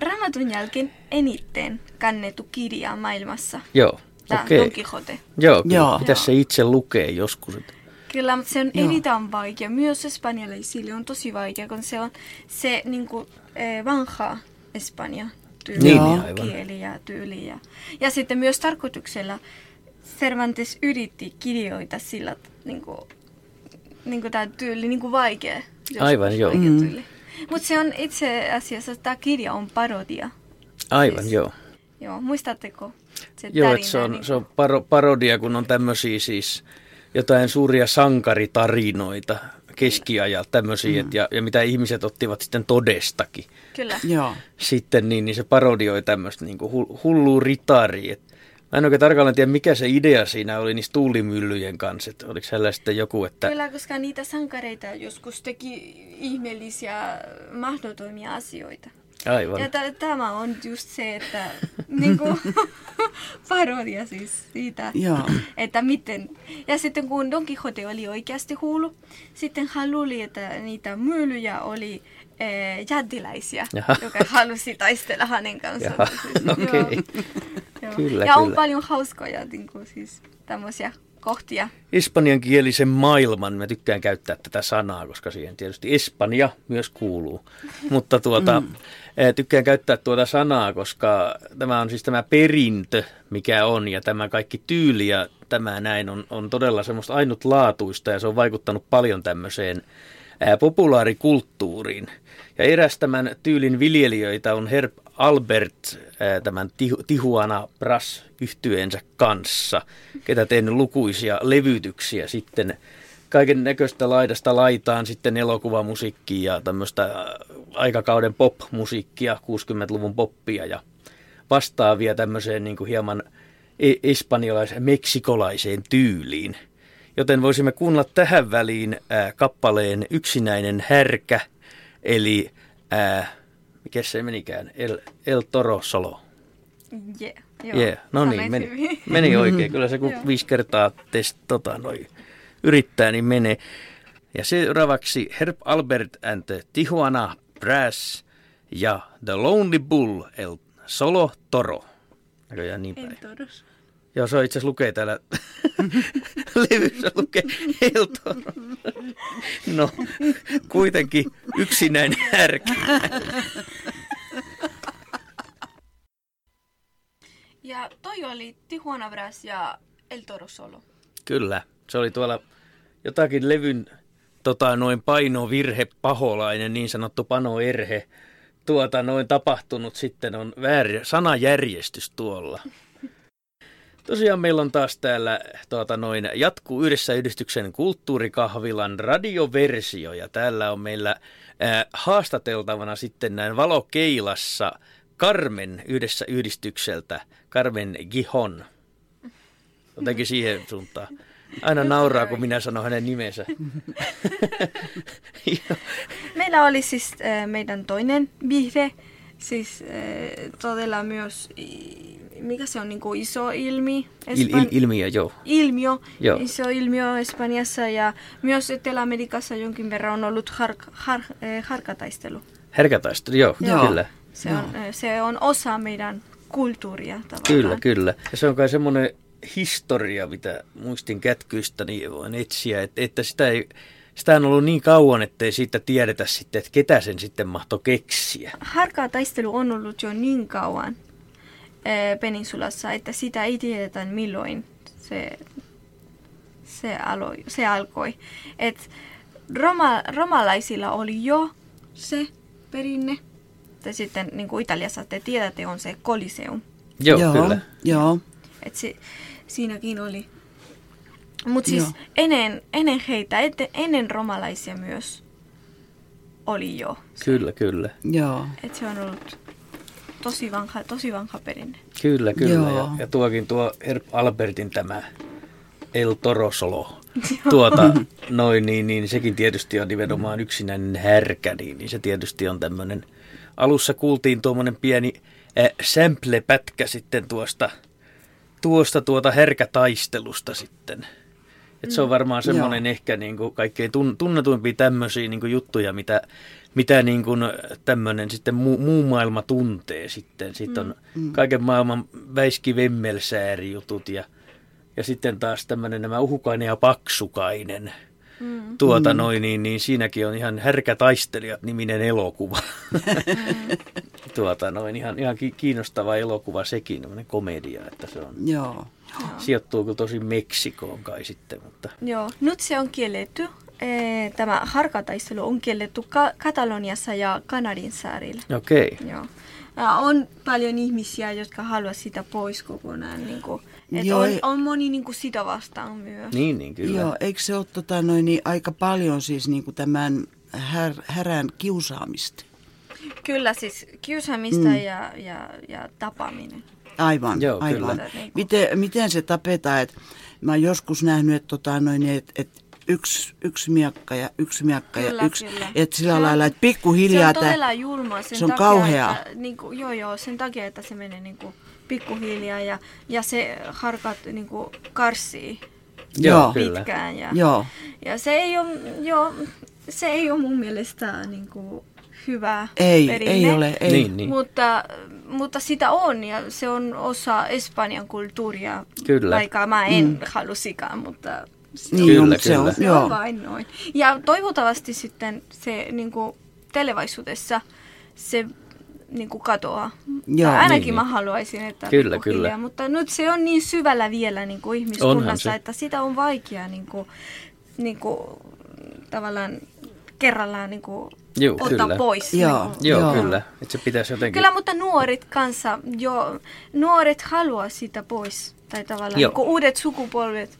Raamatun jälkeen eniten kannettu kirja maailmassa.
Joo,
Tämä
okei.
Don Quixote.
Joo, kyllä. Joo.
Joo.
Pitäisi se itse lukea joskus. että-
Kyllä, mutta se on
Joo.
erittäin vaikea. Myös espanjalaisille on tosi vaikea, kun se on se niin kuin, eh, vanha espanja tyyli,
Niin,
Joo.
aivan.
kieli ja tyyli. Ja, ja sitten myös tarkoituksella Cervantes yritti kirjoita sillä niin kuin, niin kuin tämä tyyli niin kuin vaikea. joskus
Aivan, joo.
Vaikea tyyli. Mutta se on itse asiassa, tämä kirja on parodia.
Aivan,
Siis-
joo.
Joo, muistatteko? Se
Joo,
tarina,
että se on,
niin-
se on paro, parodia, kun on tämmöisiä siis jotain suuria sankaritarinoita keskiajalta tämmöisiä, mm. ja, ja mitä ihmiset ottivat sitten todestakin.
Kyllä.
Joo.
Sitten niin, niin se parodioi tämmöistä niin hullu ritari. Et mä en oikein tarkalleen tiedä, mikä se idea siinä oli niissä tuulimyllyjen kanssa. Et oliko hänellä sitten joku, että...
Kyllä, koska niitä sankareita joskus teki ihmeellisiä, mahdotomia asioita.
Aivan.
Ja t- tämä on just se, että niinku, parodia siis siitä,
Joo.
että miten. Ja sitten kun Don Quixote oli oikeasti hullu, sitten hän luuli, että niitä myylyjä oli eh, jättiläisiä,
Jaha.
joka halusi taistella hänen kanssaan.
Jaha,
Siis,
okei.
joo.
Kyllä,
ja on
kyllä.
paljon hauskoja niinku, siis, tämmöisiä kohtia.
espanjankielisen maailman, mä tykkään käyttää tätä sanaa, koska siihen tietysti Espanja myös kuuluu, mutta tuota, mm. tykkään käyttää tuota sanaa, koska tämä on siis tämä perintö, mikä on, ja tämä kaikki tyyli ja tämä näin on, on todella semmoista ainutlaatuista, ja se on vaikuttanut paljon tämmöiseen ää, populaarikulttuuriin. Ja eräs tämän tyylin viljelijöitä on Herb Albert ää, tämän Tihu- Tijuana Brass yhtyeensä kanssa, ketä tehnyt lukuisia levytyksiä sitten kaiken näköistä laidasta laitaan sitten elokuvamusiikkia ja tämmöistä ää, aikakauden pop-musiikkia, 60-luvun poppia ja niinku vastaavia tämmöiseen niin kuin hieman e- espanjalais-meksikolaiseen tyyliin. joten voisimme kuunnella tähän väliin äh, kappaleen Yksinäinen härkä, eli äh, mikä se menikään, El, El Toro Solo.
Yeah, joo.
Yeah. No niin,
Sanoit
meni,
hyvin.
meni oikein. Kyllä se kun
Joo.
viisi kertaa test, tota, noi, yrittää, niin menee. Ja seuraavaksi Herb Albert and the Tijuana Brass ja The Lonely Bull El Solo Toro. Näköjään niin päin.
En todus.
Joo, se on itse asiassa lukee täällä levyssä lukee El Toro. No, kuitenkin yksinäinen härkä.
Ja toi oli Tijuana Brass ja El Toro Solo.
Kyllä, se oli tuolla jotakin levyn tota, noin painovirhe paholainen, niin sanottu panoerhe, tuota noin tapahtunut sitten on väärä sanajärjestys tuolla. Tosiaan meillä on taas täällä tuota, noin jatkuu yhdessä yhdistyksen kulttuurikahvilan radioversio ja täällä on meillä ää, haastateltavana sitten näin valokeilassa Carmen yhdessä yhdistykseltä, Carmen Gihon. Jotenkin siihen suuntaan. Aina nauraa, kun minä sanon hänen nimensä. Joo.
Meillä oli siis äh, meidän toinen vihde, siis äh, todella myös, i- mikä se on, niin kuin iso ilmi?
il, il, ilmiö, joo.
ilmiö,
Joo.
iso ilmiö Espanjassa ja myös Etelä-Amerikassa jonkin verran on ollut har, har, äh, harkataistelu.
Härkätaistelu, joo, joo.
Joo.
kyllä.
Se, on, äh, se on osa meidän kulttuuria tavallaan.
Kyllä, kyllä. Ja se on kai semmoinen historia, mitä muistin kätkyistä, niin voin etsiä, että, että sitä ei, sitä on ollut niin kauan, ettei siitä tiedetä sitten, että ketä sen sitten mahto keksiä.
Harkataistelu on ollut jo niin kauan äh, peninsulassa, että sitä ei tiedetä milloin se, se, aloi, se alkoi. Et Roma, romalaisilla oli jo se perinne. Tai sitten niin kuin Italiassa te tiedätte, on se Coliseum.
Joo, joo. kyllä.
Joo.
Et se, siinäkin oli. Mutta siis
Joo.
ennen, ennen heitä, ette, ennen romalaisia myös oli jo.
Kyllä, kyllä.
Joo.
Et se on ollut tosi vanha, tosi vanha perinne.
Kyllä, kyllä. Ja,
Joo.
ja tuokin tuo Herb Albertin tämä El Torosolo. Tuota, noin, niin, niin sekin tietysti on nimenomaan yksinäinen härkä, niin, niin se tietysti on tämmöinen. Alussa kuultiin tuommoinen pieni äh, sample-pätkä sitten tuosta, tuosta tuota härkätaistelusta sitten. Et se on varmaan semmoinen ehkä niin kuin kaikkein tun- tunnetuimpia tämmöisiä niin kuin juttuja, mitä, mitä niin kuin tämmöinen sitten muu, muu maailma tuntee sitten. Sitten on kaiken maailman Väiski Vemmelsääri-jutut ja, ja sitten taas tämmöinen nämä Uhukainen ja Paksukainen. Mm. Tuota noin, niin, niin siinäkin on ihan Härkätaistelijat niminen elokuva. tuota noin, ihan, ihan ki- kiinnostava elokuva sekin, tämmöinen komedia, että se on
Joo.
sijoittuu kyllä tosi Meksikoon kai sitten, mutta
Joo, nyt se on kielletty. Ee, Tämä harkataistelu on kielletty Ka- Kataloniassa ja Kanarin saarilla.
okei.
Joo. Ja on paljon ihmisiä, jotka haluaa sitä pois kokonaan. Niin kuin, et
Joo,
on,
ja-
on moni niin kuin sitä vastaan myös.
Niin, niin kyllä.
Joo, eikö se ole tota, noin, niin aika paljon siis niin kuin tämän här, härän kiusaamista?
Kyllä siis kiusaamista mm. ja, ja, ja tapaaminen.
Aivan,
Joo,
aivan.
kyllä.
Miten, miten se tapetaan? Et mä oon joskus nähnyt, että tota, noin, et, et yksi, yksi miakka ja yksi miakka
Kyllä,
ja yksi.
kyllä.
Et sillä
Se on-
lailla, että
Se
pikkuhiljaa
on
tämä...
todella julma. Sen
se on
takia,
kauheaa.
Että, niin kuin, joo, joo, sen takia, että se menee niin kuin, pikkuhiljaa ja, ja se harkat niin kuin, karsii
Joo,
Joo,
kyllä.
pitkään. Ja,
joo,
ja se ei ole, joo, se ei ole mun mielestä niin kuin, hyvä
ei,
perinne.
ei ole, ei.
Niin, niin.
Mutta, mutta sitä on ja se on osa Espanjan kulttuuria.
Kyllä.
Vaikka mä en mm. halusikaan, mutta se
Niin,
Kyllä,
on, mutta se
kyllä.
on,
se on
joo.
vain noin. Ja toivottavasti sitten se niin kuin, televaisuudessa se niin kuin, katoaa.
Joo,
tai ainakin
niin,
mä
niin.
haluaisin, että
Kyllä,
pikkuhiljaa,
kyllä.
Mutta nyt se on niin syvällä vielä niin kuin,
Onhan
ihmiskunnassa,
se.
että sitä on vaikea niin kuin, niin kuin, tavallaan kerrallaan niin kuin,
Joo,
ottaa
kyllä.
pois.
Joo.
Niin kuin,
Joo,
Joo.
kyllä. Että se pitäisi jotenkin...
Kyllä, mutta nuoret kanssa, jo, nuoret haluaa sitä pois. Tai tavallaan
Joo.
niin uudet sukupolvet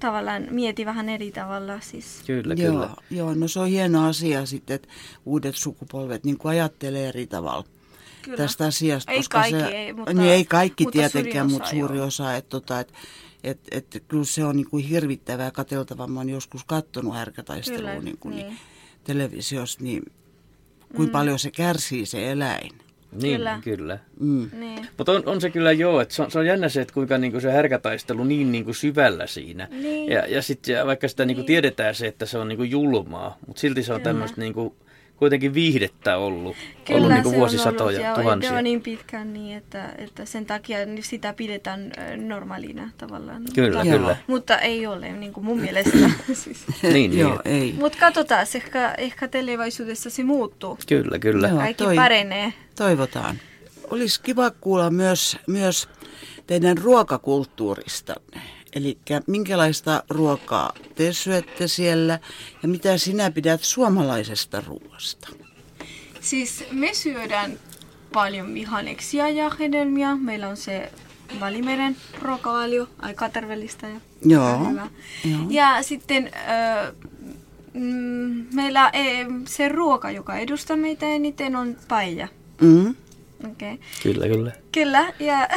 tavallaan mieti vähän eri tavalla. Siis.
Kyllä,
joo,
kyllä.
joo, no se on hieno asia sitten, että uudet sukupolvet niin kuin ajattelee eri tavalla.
Kyllä.
tästä asiasta.
Ei
koska
kaikki,
se,
ei, mutta-
niin ei kaikki
mutta
tietenkään,
suurin
mutta
osa,
suuri
joo.
osa. Että tota, et, et, et, kyllä se on niin kuin hirvittävää katseltavaa. Mä oon joskus kattonut härkätaistelua
Kyllä,
niin kuin, niin.
niin. Mm.
televisiossa, niin kuinka paljon se kärsii se eläin.
Niin, kyllä.
Kyllä.
kyllä.
Mm.
Niin.
Mutta on, on se kyllä joo, että se on, se on jännä se, että kuinka niinku se härkätaistelu niin niinku syvällä siinä.
Niin.
Ja, ja sitten vaikka sitä niinku tiedetään se, että se on niinku julmaa, mutta silti se on tämmöistä niinku, kuitenkin viihdettä ollut, ollut niinku
se on
vuosisatoja,
ollut,
tuhansia.
Ja on niin pitkään niin, että, että sen takia niin sitä pidetään ö, normaalina tavallaan.
Kyllä,
mutta,
Joo.
kyllä.
mutta ei ole, niin kuin mun mielestä. siis.
Niin, niin.
Joo, ei.
Mutta katsotaan, se ehkä, ehkä televaisuudessa se muuttuu.
Kyllä, kyllä.
Joo.
Kaikki
toi-
parenee.
Toivotaan. Olisi kiva kuulla myös, myös teidän ruokakulttuurista. Eli minkälaista ruokaa te syötte siellä ja mitä sinä pidät suomalaisesta ruoasta?
Siis me syödään paljon vihanneksia ja hedelmiä. Meillä on se Välimeren ruokavalio, aika terveellistä ja
Joo,
hyvä.
joo.
Ja sitten ö, mm, meillä eh, se ruoka, joka edustaa meitä eniten, on paella.
Mm?
Okei. Okay.
Kyllä, kyllä.
Kyllä, ja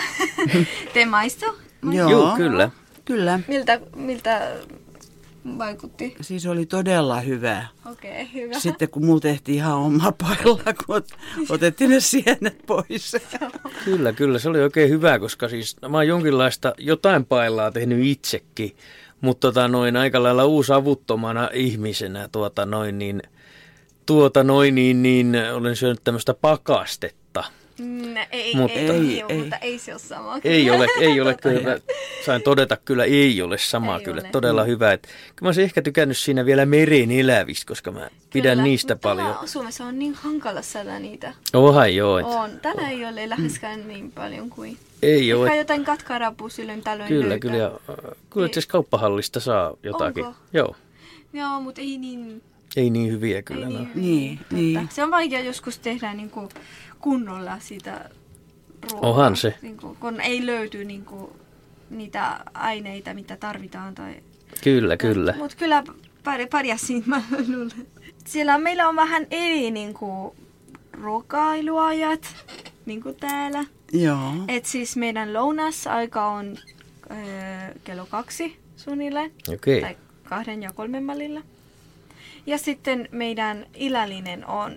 te maistu?
Joo.
Joo, kyllä.
Kyllä.
Miltä, miltä vaikutti?
Siis oli todella hyvää.
Okei, okay, hyvä.
Sitten kun mulla tehtiin ihan oma pailla, kun ot- otettiin ne sienet pois.
Kyllä, kyllä. Se oli oikein hyvä, koska siis mä oon jonkinlaista jotain paillaa tehnyt itsekin, mutta tota noin aika lailla uusavuttomana ihmisenä tuota noin niin, tuota noin niin, niin olen syönyt tämmöistä pakastetta.
Mm, ei,
Mutta-
ei, ei,
Ei,
joo,
ei.
mutta ei se ole sama.
Ei ole, ei ole kyllä. Mä sain todeta, kyllä ei ole sama
Ei
kyllä.
ole. Mm.
Todella hyvä. Et, kyllä mä olisin ehkä tykännyt siinä vielä meren elävistä, koska mä pidän
Kyllä,
niistä
mutta
paljon.
täällä Suomessa on niin hankala saada niitä.
Ohan joo, et,
On. Täällä ei ole läheskään niin paljon kuin...
ei ole.
Ehkä jotain katkarapu silloin tällöin
Kyllä,
löytää.
kyllä. Ja, äh, kyllä itse asiassa kauppahallista saa jotakin.
Onko?
Joo.
Joo, mutta ei niin...
Ei niin hyviä kyllä.
ei
no.
niin,
Niin,
totta.
niin.
Se on vaikea joskus tehdä niin kuin kunnolla sitä ruokaa.
Onhan se.
Niin kuin, kun ei löydy niin kuin, niitä aineita, mitä tarvitaan. Tai...
Kyllä, kyllä.
Mutta kyllä pär, pärjäsin mä luulen. Siellä meillä on vähän eri niin kuin, ruokailuajat, niin kuin täällä.
Joo.
Et siis meidän lounasaika on öö, kello kaksi suunnilleen.
Okei.
Tai kahden ja kolmen välillä. Ja sitten meidän illallinen on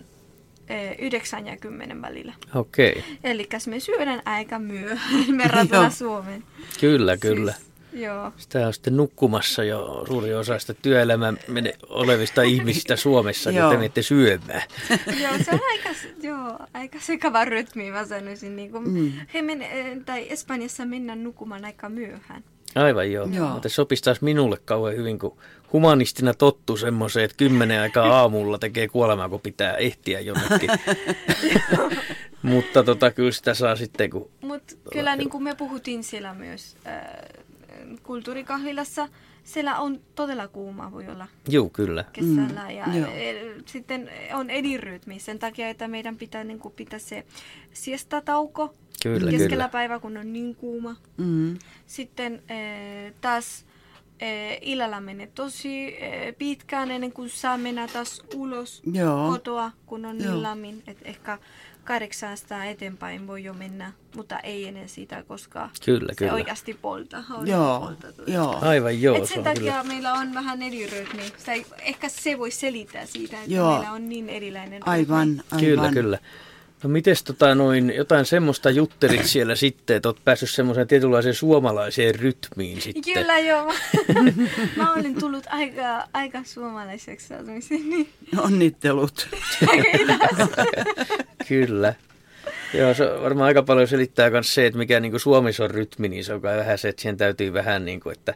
öö, yhdeksän ja kymmenen välillä.
Okei.
Eli me syödään aika myöhään verrattuna
Joo.
Suomeen.
Kyllä, kyllä.
Siis, joo.
Sitä on sitten nukkumassa jo suuri osa sitä työelämän mene- olevista ihmisistä Suomessa, kun
Joo.
te menette syömään.
joo, se on aika, joo, aika sekava rytmi, mä sanoisin. Niin kuin, mm. he men, ö, tai Espanjassa mennään nukumaan aika myöhään.
Aivan joo.
Joo.
Mutta se sopisi taas minulle kauhean hyvin, kun humanistina tottuu semmoiseen, että kymmenen aikaa aamulla tekee kuolemaa, kun pitää ehtiä jonnekin. Mutta tota, kyllä sitä saa sitten, kun...
Mutta kyllä niin kuin me puhuttiin siellä myös äh, kulttuurikahvilassa, siellä on todella kuuma voi olla
Juu, kyllä.
kesällä mm, ja
joo.
e, sitten on eri rytmi sen takia, että meidän pitää niin kuin pitää se siestatauko
Kyllä,
keskellä
kyllä.
päivää, kun on niin kuuma.
Mm.
Sitten äh, taas äh, illalla menee tosi äh, pitkään ennen kuin saa mennä taas ulos
Joo.
kotoa, kun on
Joo.
niin lämmin. Et ehkä kahdeksasta eteenpäin voi jo mennä, mutta ei ennen sitä, koska
Kyllä,
se
kyllä.
oikeasti polta. oikeasti
Joo.
polta tulee.
Joo.
Aivan joo.
Et
se
sen
on
takia
kyllä.
kyllä. meillä on vähän eri rytmi. Tai ehkä se voi selittää siitä, että
Joo.
Joo. meillä on niin erilainen rytmi.
Aivan, aivan.
Kyllä, kyllä. No mites tota noin, jotain semmoista juttelit siellä sitten, että oot päässyt semmoiseen tietynlaiseen suomalaiseen rytmiin sitten.
Kyllä joo. Mä olen tullut aika, aika suomalaiseksi asumisiin. Niin.
Onnittelut.
Kyllä. Joo, se varmaan aika paljon selittää myös se, että mikä niin Suomessa on rytmi, niin se on kai vähän se, että siihen täytyy vähän niin kuin, että,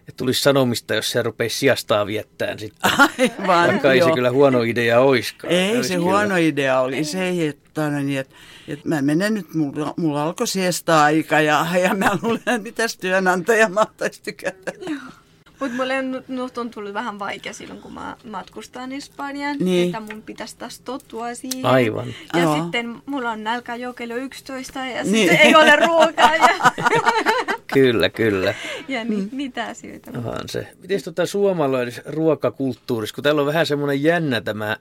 että tulisi sanomista, jos se rupeaa sijastaa viettään sitten.
Aivan,
Vaikka ei se
joo.
kyllä huono idea oiskaan.
Ei,
Olisi
se
kyllä.
huono idea oli se, että, no niin, että, että mä menen nyt, mulla, mulla alkoi siesta aika ja, ja mä luulen, että mitäs työnantaja mahtaisi tykätä.
Mutta mulle nyt, nyt on tullut vähän vaikea silloin, kun mä matkustan Espanjaan,
Niin.
niin. että mun pitäisi taas tottua siihen.
Aivan.
Ja
Joo.
sitten mulla on nälkä jo kello 11 ja
Niin.
niin. sitten ei ole ruokaa ja,
Kyllä, kyllä.
ja ni, niitä asioita.
Onhan se. Miten tota suomalaisessa ruokakulttuurissa, kun täällä on vähän semmoinen jännä tämä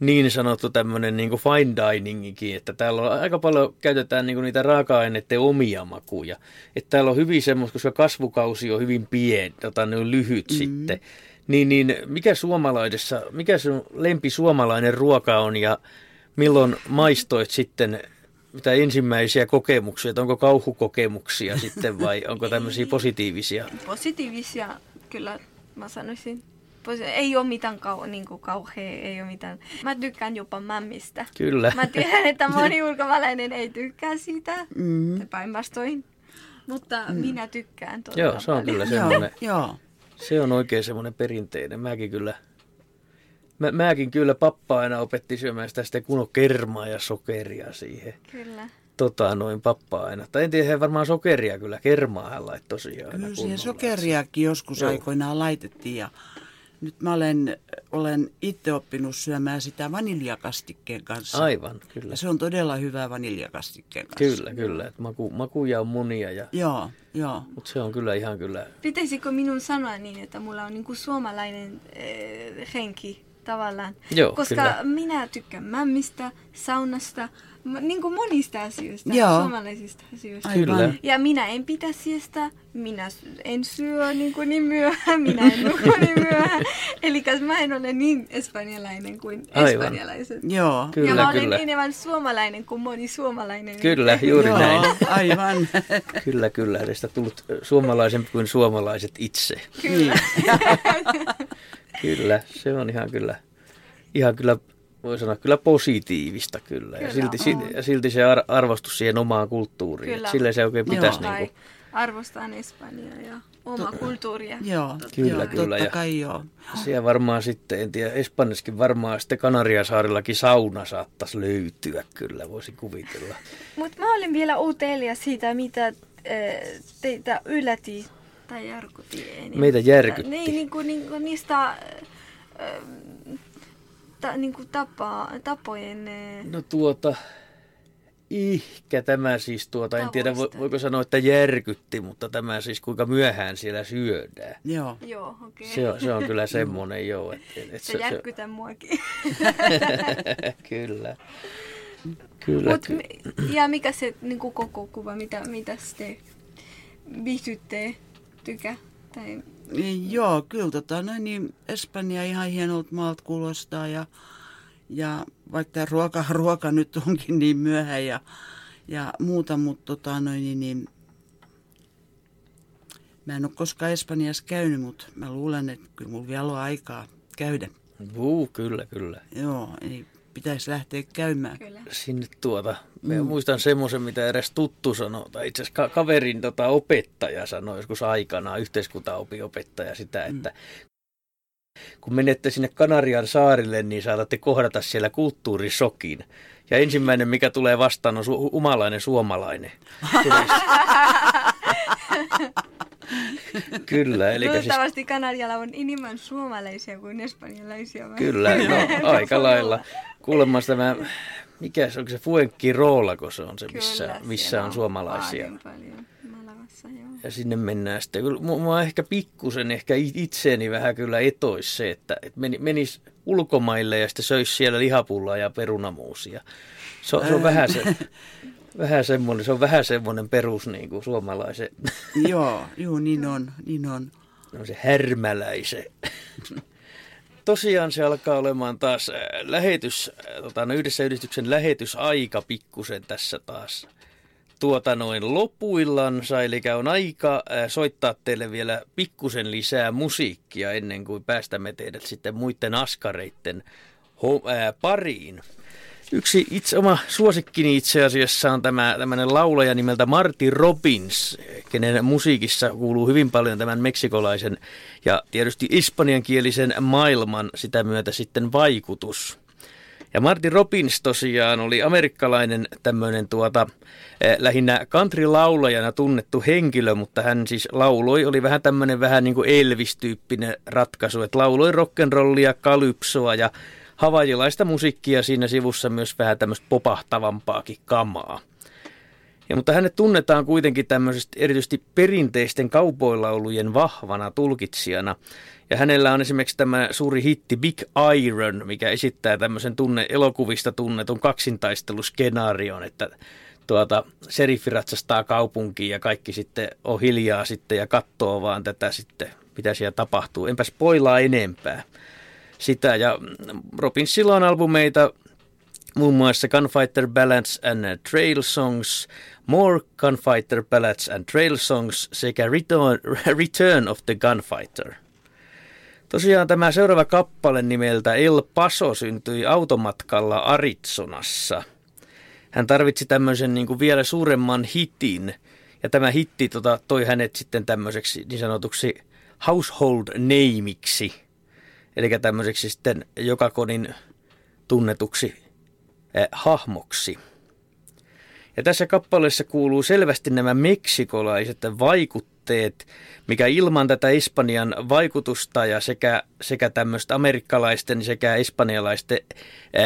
niin sanottu tämmöinen niin fine diningikin, että täällä on aika paljon käytetään niin niitä raaka-aineiden omia makuja. Että täällä on hyvin semmoista, koska kasvukausi on hyvin pieni, tota, ne on lyhyt mm-hmm. sitten. Niin, niin mikä suomalaisessa, mikä sun lempi suomalainen ruoka on ja milloin maistoit sitten mitä ensimmäisiä kokemuksia, että onko kauhukokemuksia sitten vai onko tämmöisiä positiivisia?
Positiivisia kyllä mä sanoisin pois. Ei ole mitään kau, niin kuin kauhea, ei ole mitään. Mä tykkään jopa mämmistä.
Kyllä.
Mä tiedän, että moni ulkomaalainen ei tykkää siitä. Mm. Päinvastoin. Mutta mm. minä tykkään todella
Joo, se on
paljon.
kyllä semmoinen.
Joo.
Se on oikein semmoinen perinteinen. Mäkin kyllä, mä, mäkin kyllä pappa aina opetti syömään sitä, sitä kunnon kermaa ja sokeria siihen.
Kyllä.
Tota noin pappa aina. Tai en tiedä, he varmaan sokeria kyllä, kermaa hän laittoi tosiaan aina
Kyllä siihen
kunnolla.
sokeriakin joskus
Joo.
aikoinaan laitettiin ja nyt mä olen, olen itse oppinut syömään sitä vaniljakastikkeen kanssa.
Aivan, kyllä.
Ja se on todella hyvää vaniljakastikkeen kanssa.
Kyllä, kyllä. Et maku, makuja on monia, ja,
Joo, joo.
mutta se on kyllä ihan kyllä.
Pitäisikö minun sanoa niin, että mulla on niin kuin suomalainen äh, henki tavallaan?
Joo,
Koska
kyllä.
minä tykkään mämmistä, saunasta, m- niin kuin monista asioista,
Joo.
suomalaisista asioista.
Ai- Kyllä.
Ja minä en pidä siesta, minä s- en syö niin, kuin niin myöhään, minä en nuku niin myöhään. Eli mä en ole niin espanjalainen kuin
Aivan.
espanjalaiset.
Joo.
Kyllä,
ja mä olen
kyllä.
enemmän suomalainen kuin moni suomalainen.
Kyllä, juuri
joo,
näin.
aivan.
Kyllä, kyllä. Hänestä tullut ö, suomalaisempi kuin suomalaiset itse.
Kyllä.
Niin.
Kyllä, se on ihan kyllä, ihan kyllä voi sanoa kyllä positiivista kyllä.
Kyllä
ja, silti,
on.
si- ja silti se ar- arvostus siihen omaan kulttuuriin.
Kyllä.
Et Sillä se oikein pitäisi.
Tai
Niin kuin,
arvostan Espanjaa ja omaa kulttuuria.
joo,
Kyllä,
joo,
kyllä,
totta
ja-
kai joo.
siellä varmaan sitten, en tiedä, Espanjassakin varmaan sitten Kanariasaarillakin sauna saattaisi löytyä kyllä, voisi kuvitella.
Mutta mä olin vielä utelias siitä, mitä äh, teitä yllätti tai järkytti eniten.
Meitä järkytti.
Niin, niin kuin, niin kuin niistä äh, ta, niin kuin tapa, tapojen... äh,
No tuota, ihkä tämä siis tuota, en tiedä vo-
Tavoista.
voiko sanoa, että järkytti, mutta tämä siis kuinka myöhään siellä syödään.
Joo.
Joo, okei.
Se on, se on kyllä semmoinen joo. Et, et, et
Mm. Se, se järkytää muakin.
kyllä. Kyllä,
Mut,
kyllä.
mi- ja mikä se niin kuin koko kuva, mitä, mitä te viihdytte, tykä? Tai,
Niin, Joo, kyllä tota, no niin, Espanja ihan hienolta maalta kuulostaa ja, ja vaikka tämä ruoka, ruoka nyt onkin niin myöhään ja, ja muuta, mutta tota, no niin, niin, mä en ole koskaan Espanjassa käynyt, mutta mä luulen, että kyllä mulla vielä on aikaa käydä.
Juu, kyllä, kyllä.
Joo, eli pitäisi lähteä käymään.
kyllä.
Sinne tuota, mä muistan semmoisen, mitä eräs tuttu sanoi, tai itse asiassa ka- kaverin tota, opettaja sanoi joskus aikanaan, yhteiskuntaopin opettaja sitä, että kun menette sinne Kanarian saarille, niin saatatte kohdata siellä kulttuurisokin. Ja ensimmäinen, mikä tulee vastaan, on su- umalainen suomalainen. Kyllä, eli siis
Luultavasti Kanarialla on enemmän suomalaisia kuin espanjalaisia. vai?
Kyllä, no, aika lailla. Kuulemma tämä, mikä se, onko se Fuenki Roolako se on se, missä,
Kyllä,
missä
siellä
on suomalaisia.
Paljon, paljon. Malagassa, joo.
Ja sinne mennään sitten. Kyllä mu- Mua ehkä pikkusen ehkä i- itseeni vähän kyllä etois se, että et meni, menis ulkomaille ja sitten söisi siellä lihapullaa ja perunamuusia. Se, on- se on vähän se, vähän semmoinen, se on vähän semmoinen perus niin kuin suomalaisen,
Joo, juu, niin on, niin on.
No se härmäläisen. Tosiaan se alkaa olemaan taas äh, lähetys, äh, tota, no, yhdessä yhdistyksen lähetysaika pikkusen tässä taas tuota noin lopuillansa, eli on aika äh, soittaa teille vielä pikkusen lisää musiikkia ennen kuin päästämme teidät sitten muiden askareitten ho- äh, pariin. Yksi itse, oma suosikkini itse asiassa on tämä tämmöinen laulaja nimeltä Marty Robbins, kenen musiikissa kuuluu hyvin paljon tämän meksikolaisen ja tietysti espanjankielisen maailman sitä myötä sitten vaikutus. Ja Martin Robbins tosiaan oli amerikkalainen tämmöinen tuota, eh, lähinnä country-laulajana tunnettu henkilö, mutta hän siis lauloi, oli vähän tämmöinen vähän niin kuin Elvis-tyyppinen ratkaisu, että lauloi rock'n'rollia, kalypsoa ja havajilaista musiikkia siinä sivussa myös vähän tämmöistä popahtavampaakin kamaa. Ja, mutta hänet tunnetaan kuitenkin tämmöisesti erityisesti perinteisten kaupoilaulujen vahvana tulkitsijana. Ja hänellä on esimerkiksi tämä suuri hitti Big Iron, mikä esittää tämmöisen tunne elokuvista tunnetun kaksintaisteluskenaarion, että tuota, seriffi ratsastaa kaupunkiin ja kaikki sitten on hiljaa sitten ja katsoo vaan tätä sitten, mitä siellä tapahtuu. Enpä spoilaa enempää sitä. Ja Robinsilla on albumeita muun muassa Gunfighter Ballads and Trail Songs, More Gunfighter Ballads and Trail Songs sekä Return, Return of the Gunfighter. Tosiaan tämä seuraava kappale nimeltä El Paso syntyi automatkalla Arizonassa. Hän tarvitsi tämmöisen niin kuin vielä suuremman hitin ja tämä hitti tota, toi hänet sitten tämmöiseksi niin sanotuksi household nameiksi. Eli tämmöiseksi sitten joka kodin tunnetuksi eh, hahmoksi. Ja tässä kappaleessa kuuluu selvästi nämä meksikolaiset vaikutteet, mikä ilman tätä Espanjan vaikutusta ja sekä, sekä tämmöistä amerikkalaisten sekä espanjalaisten ää,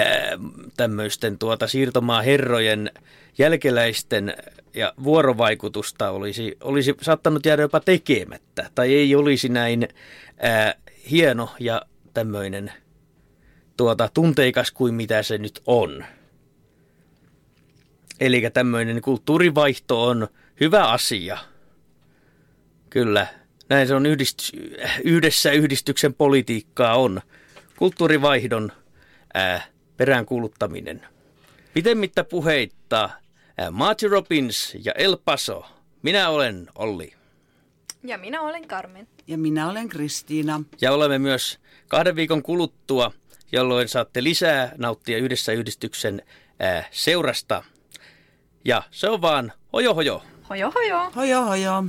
tämmöisten tuota siirtomaaherrojen jälkeläisten ja vuorovaikutusta olisi, olisi saattanut jäädä jopa tekemättä. Tai ei olisi näin ää, hieno ja tämmöinen tuota, tunteikas kuin mitä se nyt on. Eli tämmöinen kulttuurivaihto on hyvä asia. Kyllä, näin se on yhdist- yhdessä yhdistyksen politiikkaa on. Kulttuurivaihdon ää, peräänkuuluttaminen. Pitemmittä puheitta, ää, Marty Robbins ja El Paso. Minä olen Olli.
Ja minä olen Carmen.
Ja minä olen Kristiina.
Ja olemme myös kahden viikon kuluttua, jolloin saatte lisää nauttia yhdessä yhdistyksen ää, seurasta. Ja se on vaan hojo hojo.
Hojo hojo!
Hojo hojo!